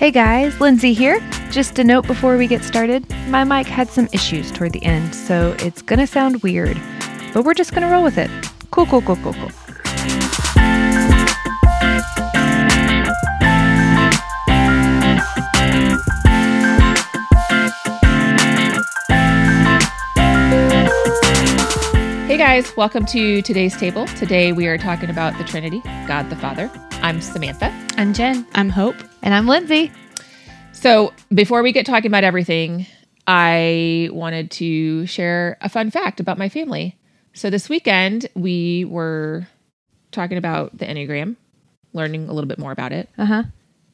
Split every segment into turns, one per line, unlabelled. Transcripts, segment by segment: Hey guys, Lindsay here. Just a note before we get started my mic had some issues toward the end, so it's gonna sound weird, but we're just gonna roll with it. Cool, cool, cool, cool, cool.
Hey guys, welcome to today's table. Today we are talking about the Trinity, God the Father. I'm Samantha.
I'm Jen.
I'm Hope.
And I'm Lindsay.
So before we get talking about everything, I wanted to share a fun fact about my family. So this weekend we were talking about the Enneagram, learning a little bit more about it.
Uh huh.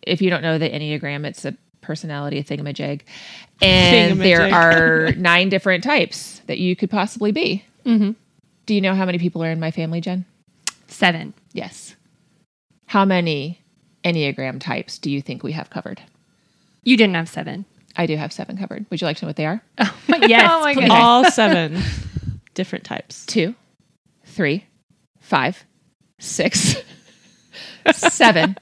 If you don't know the Enneagram, it's a personality thingamajig. And there
Thingamajig.
are nine different types that you could possibly be.
Mm-hmm.
Do you know how many people are in my family, Jen?
Seven.
Yes. How many Enneagram types do you think we have covered?
You didn't have seven.
I do have seven covered. Would you like to know what they are?
yes.
Oh my
please.
goodness.
All seven different types.
Two, three, five, six, seven,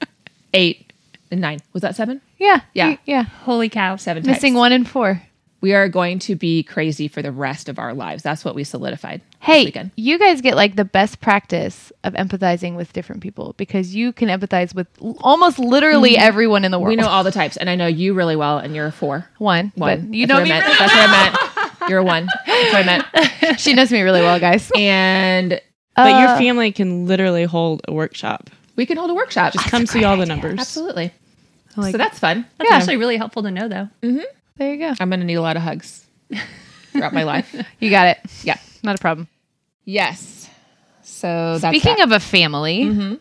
eight, and nine. Was that seven?
Yeah.
Yeah.
y- Yeah.
Holy cow.
Seven types.
Missing one and four.
We are going to be crazy for the rest of our lives. That's what we solidified. this
Hey,
weekend.
you guys get like the best practice of empathizing with different people because you can empathize with l- almost literally everyone in the world.
we know all the types, and I know you really well, and you're a four.
one,
One.
but you
That's what
know me.
I meant. That's what I meant. You're a one. That's what I meant.
really- she knows me really well, guys.
And
But your
Uh,
family can literally hold a workshop.
we can hold a workshop. Just
Come see all the numbers.
Absolutely.
I like
so that's fun.
That's
Yeah.
actually really helpful to know, though.
There you go.
I'm going to need a lot of hugs throughout my life.
You got it.
Yeah.
Not a problem.
Yes. So that's
Speaking
that.
of
Mm-hmm.
a family,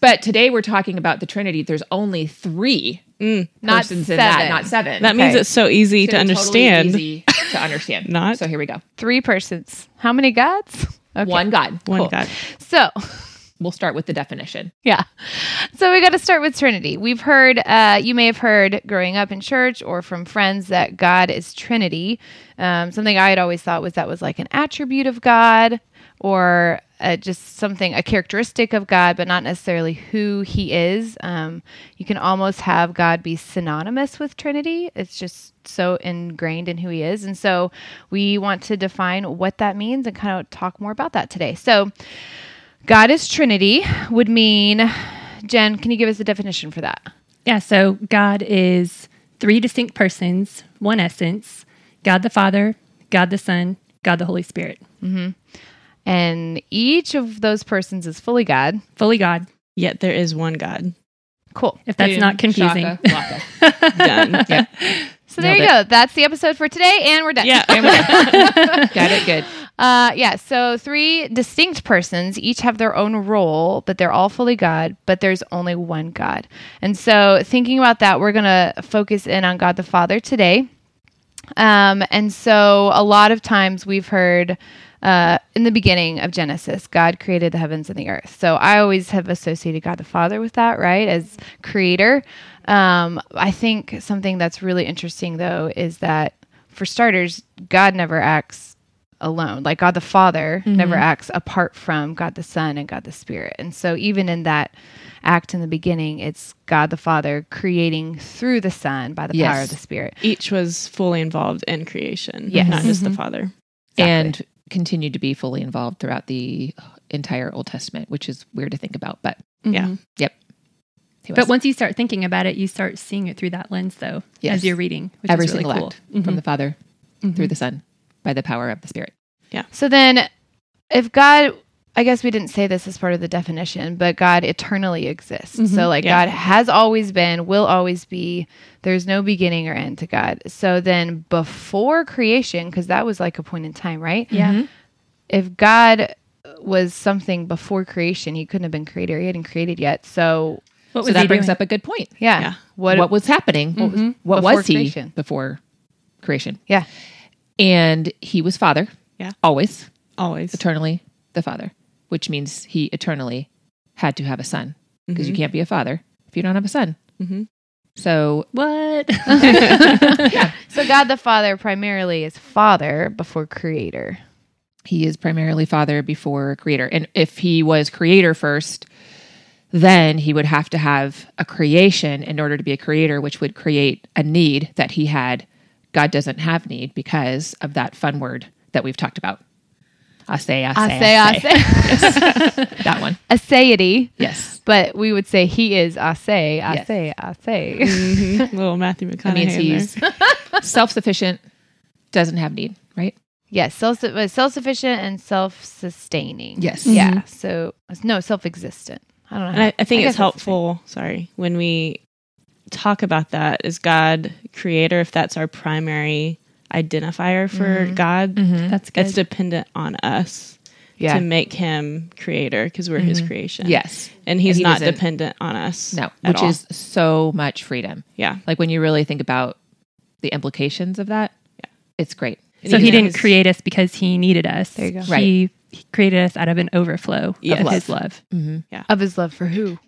but today we're talking about the Trinity. There's only three
Not
persons in that,
seven.
not seven.
That means
Okay.
it's so easy
So
to
totally
understand.
easy to understand.
Not-
so here we go.
three persons. How many gods? Okay.
One God.
One
Cool.
God.
So,
We'll start with the definition.
yeah. So we got to start with Trinity. We've heard, uh, you may have heard growing up in church or from friends that God is Trinity. Um, something I had always thought was that was like an attribute of God or uh, just something, a characteristic of God, but not necessarily who he is. Um, you can almost have God be synonymous with Trinity. It's just so ingrained in who he is. And so we want to define what that means and kind of talk more about that today. So, God is Trinity would mean, Jen, can you give us the definition for that?
Yeah. So God is three distinct persons, one essence God the Father, God the Son, God the Holy Spirit.
And each of those persons is fully God.
Fully God,
Yet there is one God.
Cool.
if that's
Boom,
not confusing.
shaka, laka.
Done. yeah.
So there
Nailed
you go. That's the episode for today, and we're done.
And we're- Got it. Good.
Uh, yeah. So three distinct persons each have their own role, but they're all fully God, but there's only one God. And so thinking about that, we're going to focus in on God the Father today. Um, and so a lot of times we've heard uh, in the beginning of Genesis, God created the heavens and the earth. So I always have associated God the Father with that, right, as creator. Um, I think something that's really interesting, though, is that for starters, God never acts alone. Like God the Father never acts apart from God the Son and God the Spirit. And so even in that act in the beginning, it's God the Father creating through the Son by the power
Yes.
of the Spirit.
Each was fully involved in creation,
Yes.
not just the
Mm-hmm.
Father.
And continued to be fully involved throughout the entire Old Testament, which is weird to think about, but
Yeah.
yep. He was.
Mm-hmm. But once you start thinking about it, you start seeing it through that lens, though,
Yes.
as you're reading, which
every
is really
single
cool. Mm-hmm.
act from the Father through the Son by the power of the Spirit.
So then, if God, I guess we didn't say this as part of the definition, but God eternally exists. So, like,
yeah.
God has always been, will always be. There's no beginning or end to God. So then, before creation, because that was like a point in time, right?
Yeah.
Mm-hmm.
If God was something before creation, he couldn't have been creator. He hadn't created yet. So,
What
So
was
that
he
brings
doing?
up a good point.
yeah.
Yeah.
What,
what was happening? What was, what
Before
was he
creation.
before creation?
Yeah.
And he was Father.
Yeah.
Always,
Always.
eternally the Father, which means he eternally had to have a son
Mm-hmm.
because you can't be a father if you don't have a son.
Mhm.
So
what?
So, God the Father primarily is Father before creator.
he is primarily Father before Creator. And if he was Creator first, then he would have to have a creation in order to be a creator, which would create a need that he had. God doesn't have need because of that fun word that we've talked about. I say, I say, I say,
I say,
that one.
aseity.
Yes.
But we would say he is I say, I
Yes.
say, I say.
Mm-hmm. Little Matthew McConaughey.
That means
in there.
he's self sufficient, doesn't have need, right?
yes, self self sufficient and self sustaining.
Yes.
Yeah. So no, self existent. I don't know.
Mm-hmm. And I, I think
guess that's
it's
the
helpful, sorry, when we talk about that is God creator, if that's our primary identifier for
Mm-hmm.
God,
That's good.
it's dependent on us
Yeah.
to make him creator because we're his creation.
Yes.
And he's
And he
not
doesn't-
dependent on us.
No,
at
which
all.
is so much freedom.
yeah.
Like when you really think about the implications of that, yeah. it's great.
so he
Yeah.
didn't
His-
create us because he needed us. There
you go.
Right.
He, he created us out of an overflow
Yes.
of his love
Mm-hmm.
of his love for who?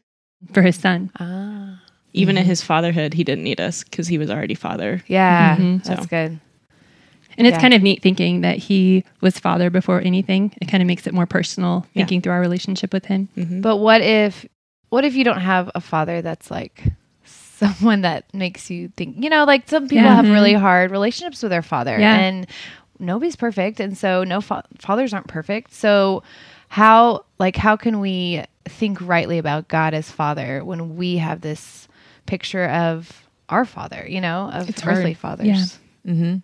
for his son.
Ah.
Even in his fatherhood, he didn't need us because he was already father.
Yeah.
Mhm.
That's
Mm-hmm. So.
good.
And it's
Yeah.
kind of neat thinking that he was father before anything. It kind of makes it more personal
Yeah.
thinking through our relationship with him.
Mm-hmm.
But what if what if you don't have a father that's like someone that makes you think you know, like some people
Yeah.
have really hard relationships with their father
Yeah.
and nobody's perfect and so no fa- fathers aren't perfect. So how like how can we think rightly about God as father when we have this picture of our father, you know, of
It's hard.
earthly fathers.
Yeah.
hmm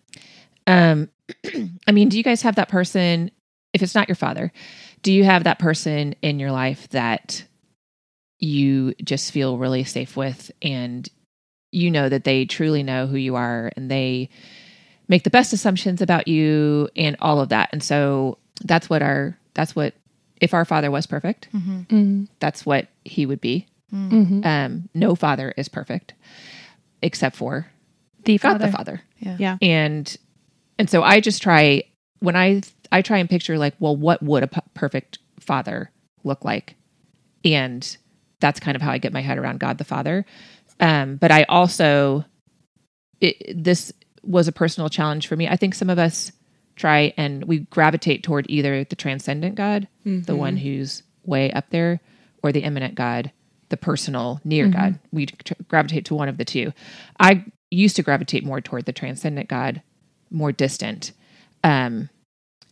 Um, I mean, do you guys have that person? If it's not your father, do you have that person in your life that you just feel really safe with, and you know that they truly know who you are, and they make the best assumptions about you, and all of that. And so that's what our that's what if our father was perfect,
Mm-hmm.
that's what he would be.
Mhm.
Um, no father is perfect, except for
The
God
father.
the Father
Yeah.
and and so i just try when i i try and picture like well what would a p- perfect father look like and that's kind of how i get my head around god the father um but i also it, this was a personal challenge for me i think some of us try and we gravitate toward either the transcendent god the one who's way up there or the immanent god the personal near god we tr- gravitate to one of the two i used to gravitate more toward the transcendent god more distant um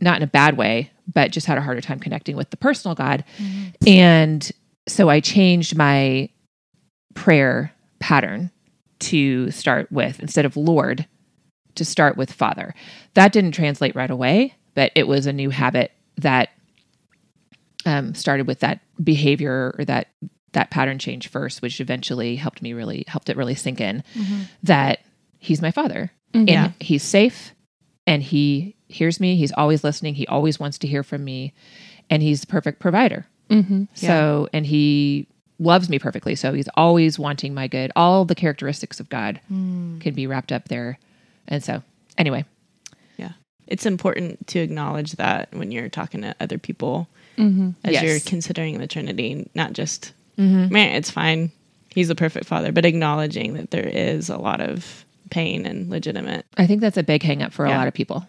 not in a bad way but just had a harder time connecting with the personal god
Mm-hmm.
and so i changed my prayer pattern to start with instead of lord to start with father that didn't translate right away but it was a new habit that um, started with that behavior or that that pattern change first, which eventually helped me really helped it really sink in that he's my father
Yeah.
and he's safe and he hears me. He's always listening. He always wants to hear from me, and he's the perfect provider.
Mhm.
So and he loves me perfectly. So he's always wanting my good. All the characteristics of God
Hmm.
can be wrapped up there. And so anyway,
Yeah. It's important to acknowledge that when you're talking to other people as
Yes.
you're considering the Trinity, not just,
Mm-hmm.
man, it's fine. He's the perfect father, but acknowledging that there is a lot of pain and legitimate.
I think that's a big hang up for a
Yeah.
lot of people.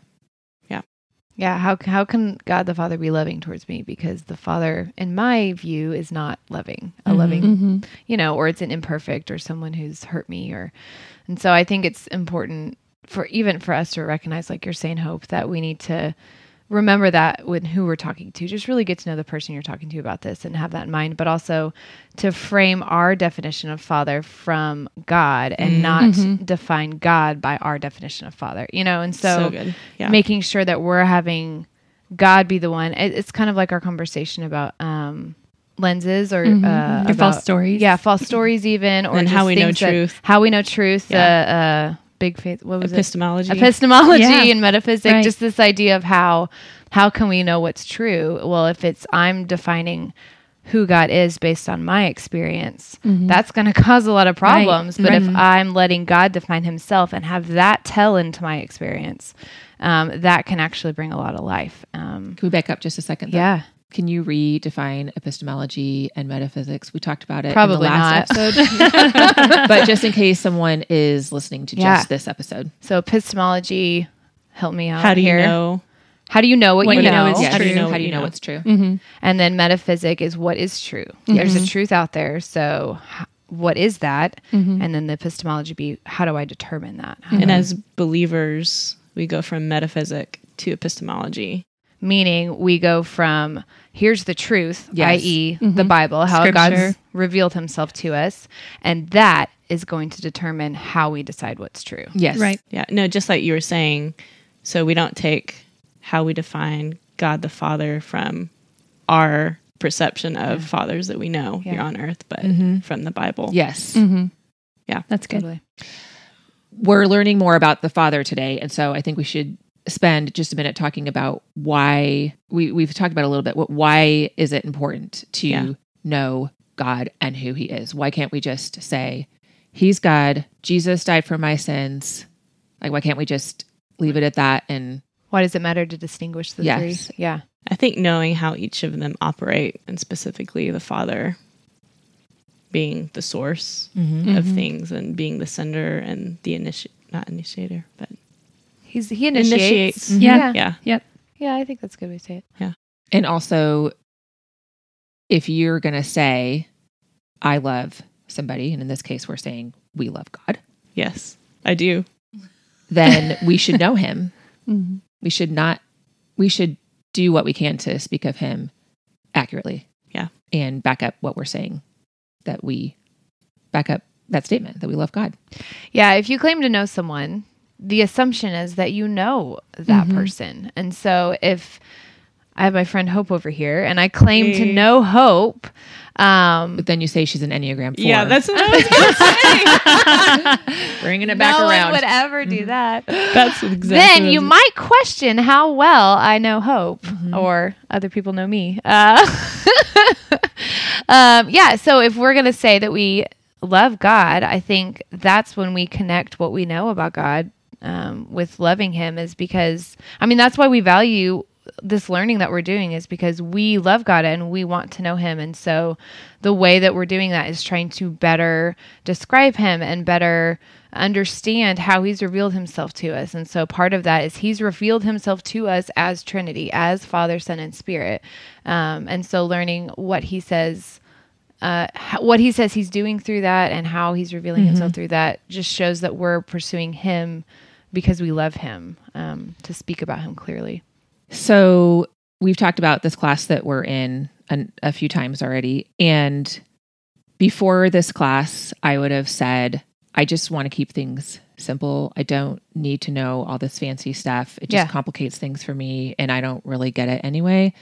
Yeah, how how can God the Father be loving towards me because the Father in my view is not loving.
Mm-hmm.
A loving, you know, or it's an imperfect or someone who's hurt me or and so I think it's important for even for us to recognize like you're saying hope that we need to remember that when who we're talking to just really get to know the person you're talking to about this and have that in mind but also to frame our definition of father from god and not
Mm-hmm.
define god by our definition of father you know and so,
So good. Yeah.
making sure that we're having god be the one it, it's kind of like our conversation about um lenses or
Mm-hmm.
uh,
Your false
about-
stories.
yeah false stories even or
And
just
how we know
things that-
truth.
how we know truth uh, uh big faith what was it
Epistemology.
epistemology
Yeah.
and metaphysics
Right.
just this idea of how how can we know what's true well if it's i'm defining who god is based on my experience that's going to cause a lot of problems but if i'm letting god define himself and have that tell into my experience um, that can actually bring a lot of life um,
Can we back up just a second? though?
yeah
Can you redefine epistemology and metaphysics? We talked about it
Probably
in the last episode. but just in case someone is listening to
Yeah.
just this episode.
so epistemology help me out
How do you
here
know?
How do you know what, you, know?
is
How do you
true.
know? How do you know what's true?
Mm-hmm. And then metaphysic is what is true. There's a truth out there. So, h- what is that? And then the epistemology be how do I determine that?
And as believers, we go from metaphysic to epistemology.
Meaning, we go from here's the truth,
Yes.
i.e., the Bible, how God's
Scripture.
revealed himself to us. And that is going to determine how we decide what's true.
Yes.
Right.
Yeah. No, just like you were saying, so we don't take how we define God the Father from our perception of fathers that we know here on earth, but from the Bible.
Mm-hmm.
Yes.
Mm-hmm. That's good.
Totally.
We're learning more about the father today, and so I think we should spend just a minute talking about why we we've talked about it a little bit. What why is it important to
Yeah.
know God and who he is? Why can't we just say he's God, Jesus died for my sins? Like why can't we just leave it at that and
Why does it matter to distinguish the
Yes.
three? Yeah.
I think knowing how each of them operate, and specifically the Father being the source of things and being the sender and the initi not initiator, but
He's, he initiates.
Initiates. Mhm.
Yeah.
yeah.
yeah,
Yep.
Yeah, I think that's a good way to say it.
And also, if you're going to say, I love somebody, and in this case, we're saying, we love God,
yes, I do.
then we should know him.
Mhm.
We should not, we should do what we can to speak of him accurately.
Yeah.
And back up what we're saying that we back up that statement that we love God.
Yeah, if you claim to know someone, the assumption is that you know that person. And so if I have my friend Hope over here and I claim to
Hey.
know Hope, um
But then you say she's an Enneagram 4.
Yeah, that's what I was gonna
bringing it back
no
around.
one would ever do that.
That's exactly.
Then you might question how well I know Hope or other people know me. Uh, um, yeah, so if we're going to say that we love God, I think that's when we connect what we know about God um, with loving Him, is because, I mean, that's why we value this learning that we're doing is because we love God and we want to know him and so the way that we're doing that is trying to better describe him and better understand how he's revealed himself to us and so part of that is he's revealed himself to us as trinity as father son and spirit um, and so learning what he says uh, h- what he says he's doing through that and how he's revealing himself through that just shows that we're pursuing him because we love him um, to speak about him clearly
So we've talked about this class that we're in an, a few times already. And before this class, I would have said, I just want to keep things simple. I don't need to know all this fancy stuff. It just
Yeah.
complicates things for me and I don't really get it anyway.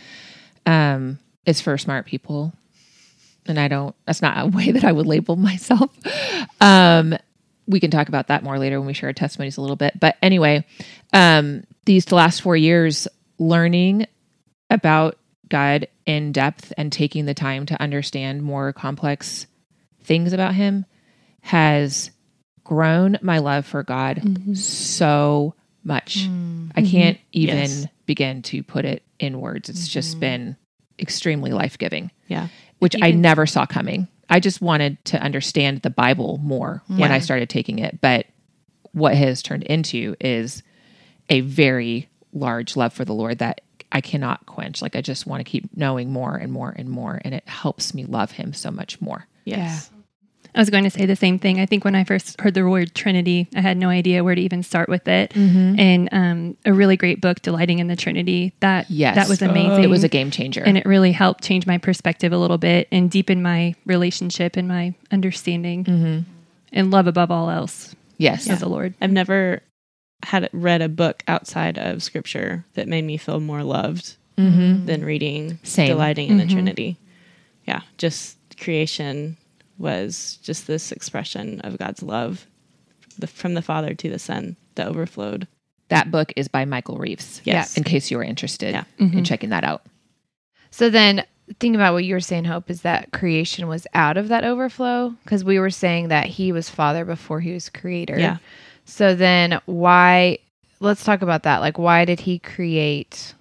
Um, it's for smart people. And I don't, that's not a way that I would label myself. Um, we can talk about that more later when we share our testimonies a little bit. But anyway, um, these last four years, learning about God in depth and taking the time to understand more complex things about Him has grown my love for God so much. I can't even
Yes.
begin to put it in words. It's just been extremely life giving
yeah,
which I never saw coming. I just wanted to understand the Bible more when
Yeah.
I started taking it. But what has turned into is a very large love for the Lord that I cannot quench. Like, I just want to keep knowing more and more and more. And it helps me love Him so much more.
yes,
I was going to say the same thing. I think when I first heard the word Trinity, I had no idea where to even start with it. And um, a really great book, Delighting in the Trinity, that
Yes. Oh,
that was amazing.
It was a game changer.
and it really helped change my perspective a little bit and deepen my relationship and my understanding
Mm.
and love above all else
Mm-hmm. yes.
of the Lord.
I've never had read a book outside of Scripture that made me feel more loved than reading
Same.
delighting in the Trinity. Yeah, just creation was just this expression of God's love the, from the Father to the Son that overflowed.
That book is by Michael Reeves.
Yes.
In case you were interested
Yeah.
Mm-hmm.
in checking that out.
So then, think about what you were saying, Hope, is that creation was out of that overflow because we were saying that he was father before he was creator.
Yeah.
So then, why? Let's talk about that. Like, why did he create?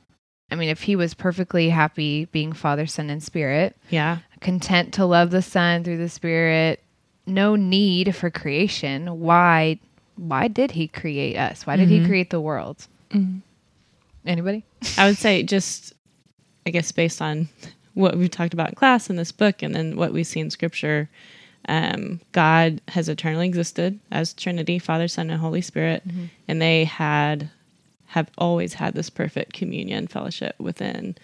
I mean, if he was perfectly happy being father, son, and spirit,
Yeah.
content to love the son through the spirit, no need for creation, why? Why did he create us? Why did he create the world?
Anybody?
I would say just, I guess, based on what we've talked about in class in this book and then what we see in scripture, um, God has eternally existed as Trinity, Father, Son, and Holy Spirit, and they had have always had this perfect communion fellowship within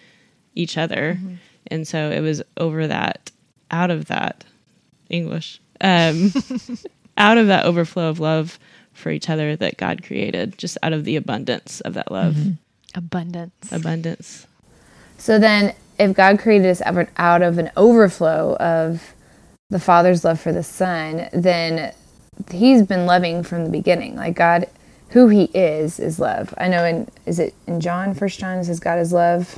each other. And so it was over that, out of that English, um, out of that overflow of love for each other that God created, just out of the abundance of that love.
Abundance.
Abundance.
So then, if God created us out- out of an overflow of the Father's love for the Son, then He's been loving from the beginning. Like God, who He is, is love. I know. In is it in John, First John it says God is love,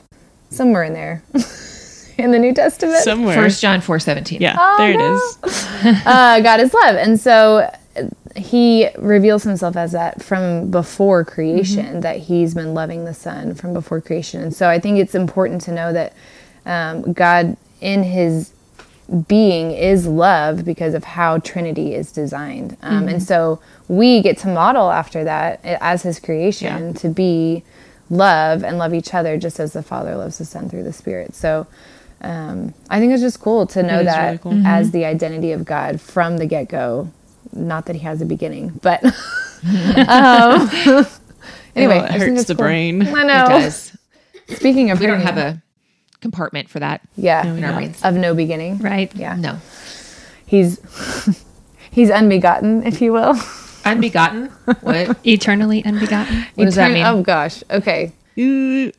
somewhere in there, in the New Testament.
Somewhere.
First John four seventeen.
yeah, there it is.
uh, God is love. And so uh, he reveals himself as that from before creation,
Mm-hmm.
that he's been loving the Son from before creation. And so I think it's important to know that um, God, in his being, is love because of how Trinity is designed. Um,
Mm-hmm.
And so we get to model after that uh, as his creation to be love and love each other just as the Father loves the Son through the Spirit. So um, I think it's just cool to know
is
that
really cool.
as
Mm-hmm.
the identity of God from the get go. Not that He has a beginning, but um, anyway,
Well, it
I think
hurts
it's cool.
the brain.
I
It
know.
does.
Speaking of,
We don't
hurting,
have a compartment for that
yeah
in our brains.
of no beginning.
Right.
Yeah.
No.
He's he's unbegotten, if you will.
Unbegotten? What?
Eternally unbegotten.
What does that mean?
Oh gosh. Okay.
Ooh.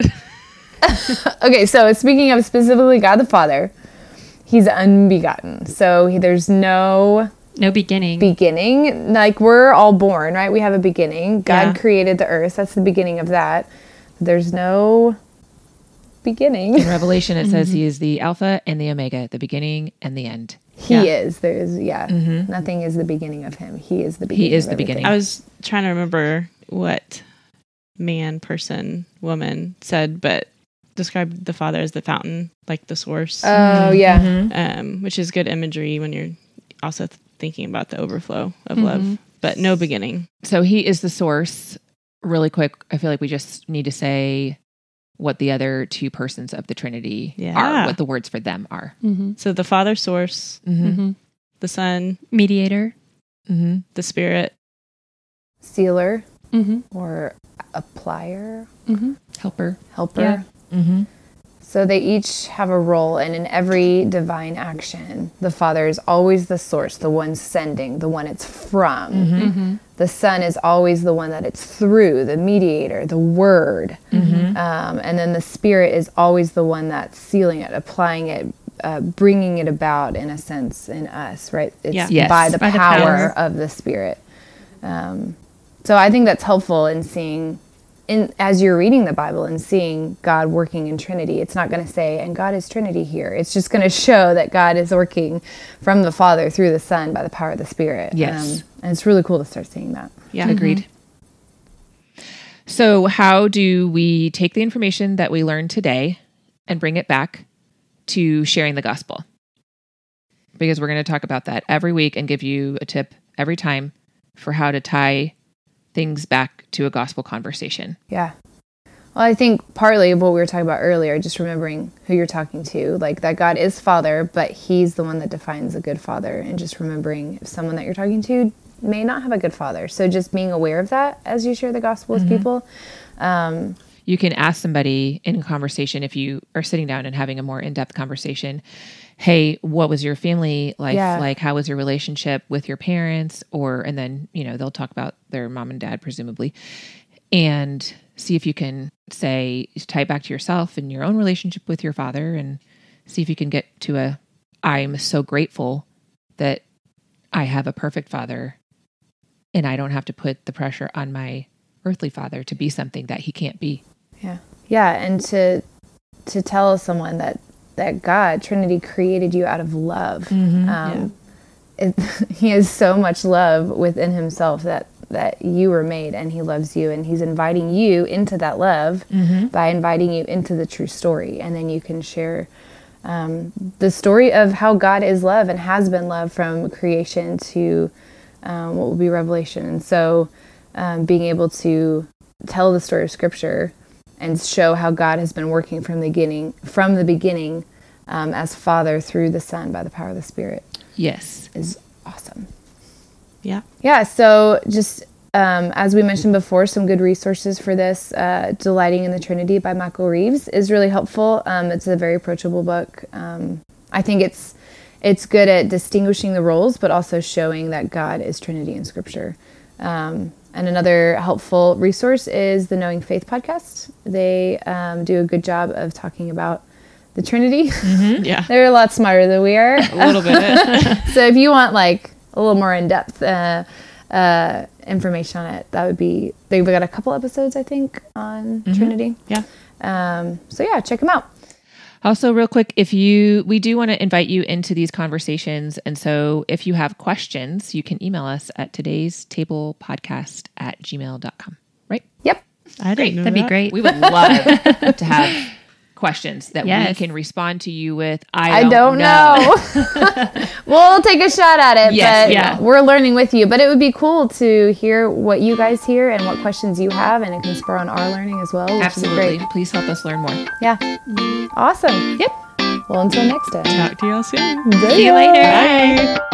Okay. So speaking of specifically God the Father, He's unbegotten. So he, there's no
No beginning.
beginning. Like we're all born, right? We have a beginning. God
Yeah.
created the earth. That's the beginning of that. There's no beginning.
In Revelation, it says he is the Alpha and the Omega, the beginning and the end.
He
Yeah.
is. There is yeah. Nothing is the beginning of him. He is the beginning.
He is
of
the
everything.
beginning.
I was trying to remember what man, person, woman said, but described the father as the fountain, like the source,
Mm-hmm.
Oh yeah.
um, which is good imagery when you're also th- thinking about the overflow of
Mm-hmm.
love, but no beginning.
So he is the source. Really quick, I feel like we just need to say what the other two persons of the Trinity
Yeah.
are, what the words for them are.
hmm
So the father, source,
Mm-hmm.
hmm
the son,
Mediator.
Mm-hmm.
the spirit,
Sealer
hmm
or applier,
hmm
Helper.
helper.
Yeah.
Mm-hmm.
So they each have a role, and in every divine action, the Father is always the source, the one sending, the one it's from.
Mm-hmm.
The Son is always the one that it's through, the mediator, the Word. Um, and then the Spirit is always the one that's sealing it, applying it, uh, bringing it about, in a sense, in us, right? It's
Yeah.
Yes.
by the
By the
power
power.
of the Spirit. Um, so I think that's helpful in seeing, in as you're reading the Bible and seeing God working in Trinity. It's not going to say, "And God is Trinity here." It's just going to show that God is working from the Father through the Son by the power of the Spirit. Um,
Yes.
and it's really cool to start seeing that.
yeah, Mm-hmm.
Agreed. So, how do we take the information that we learned today and bring it back to sharing the gospel? Because we're going to talk about that every week and give you a tip every time for how to tie things back to a gospel conversation.
Yeah. Well, I think partly of what we were talking about earlier, just remembering who you're talking to, like that God is father, but he's the one that defines a good father. And just remembering if someone that you're talking to may not have a good father. So just being aware of that as you share the gospel with people. Um,
you can ask somebody in conversation if you are sitting down and having a more in-depth conversation hey what was your family life
Yeah.
like how was your relationship with your parents or and then you know they'll talk about their mom and dad presumably and see if you can say tie it back to yourself and your own relationship with your father and see if you can get to a i'm so grateful that i have a perfect father and i don't have to put the pressure on my earthly father to be something that he can't be
yeah. Yeah. And to, to tell someone that, that God, Trinity created you out of love. um, it, he has so much love within himself that that you were made and he loves you and he's inviting you into that love by inviting you into the true story and then you can share um, the story of how god is love and has been love from creation to um, what will be revelation and so um, being able to tell the story of scripture and show how God has been working from the beginning, from the beginning, um, as Father through the Son by the power of the Spirit
Yes.
is awesome.
Yeah.
Yeah, so just um, as we mentioned before, some good resources for this. Uh, Delighting in the Trinity by Michael Reeves is really helpful. Um, it's a very approachable book. Um, I think it's it's good at distinguishing the roles, but also showing that God is Trinity in Scripture. Um, and another helpful resource is the Knowing Faith podcast. They um, do a good job of talking about the Trinity.
Yeah.
They're a lot smarter than we are
A little bit.
so if you want like a little more in-depth uh, uh, information on it that would be they've got a couple episodes i think on trinity
Yeah.
um, so yeah check them out
Also, real quick, if you, we do want to invite you into these conversations. And so if you have questions, you can email us at today's table podcast at gmail.com, right?
yep
I didn't know
That'd be
that.
great.
We would love to have questions that we
Yes.
can respond to you with. I
i don't
don't,
know, we'll take a shot at it
Yes,
but
yeah.
we're learning with you but it would be cool to hear what you guys hear and what questions you have and it can spur on our learning as well which
Absolutely.
is great
Please help us learn more.
yeah awesome
Yep.
well until next time
Talk to y'all soon.
see you later
Bye.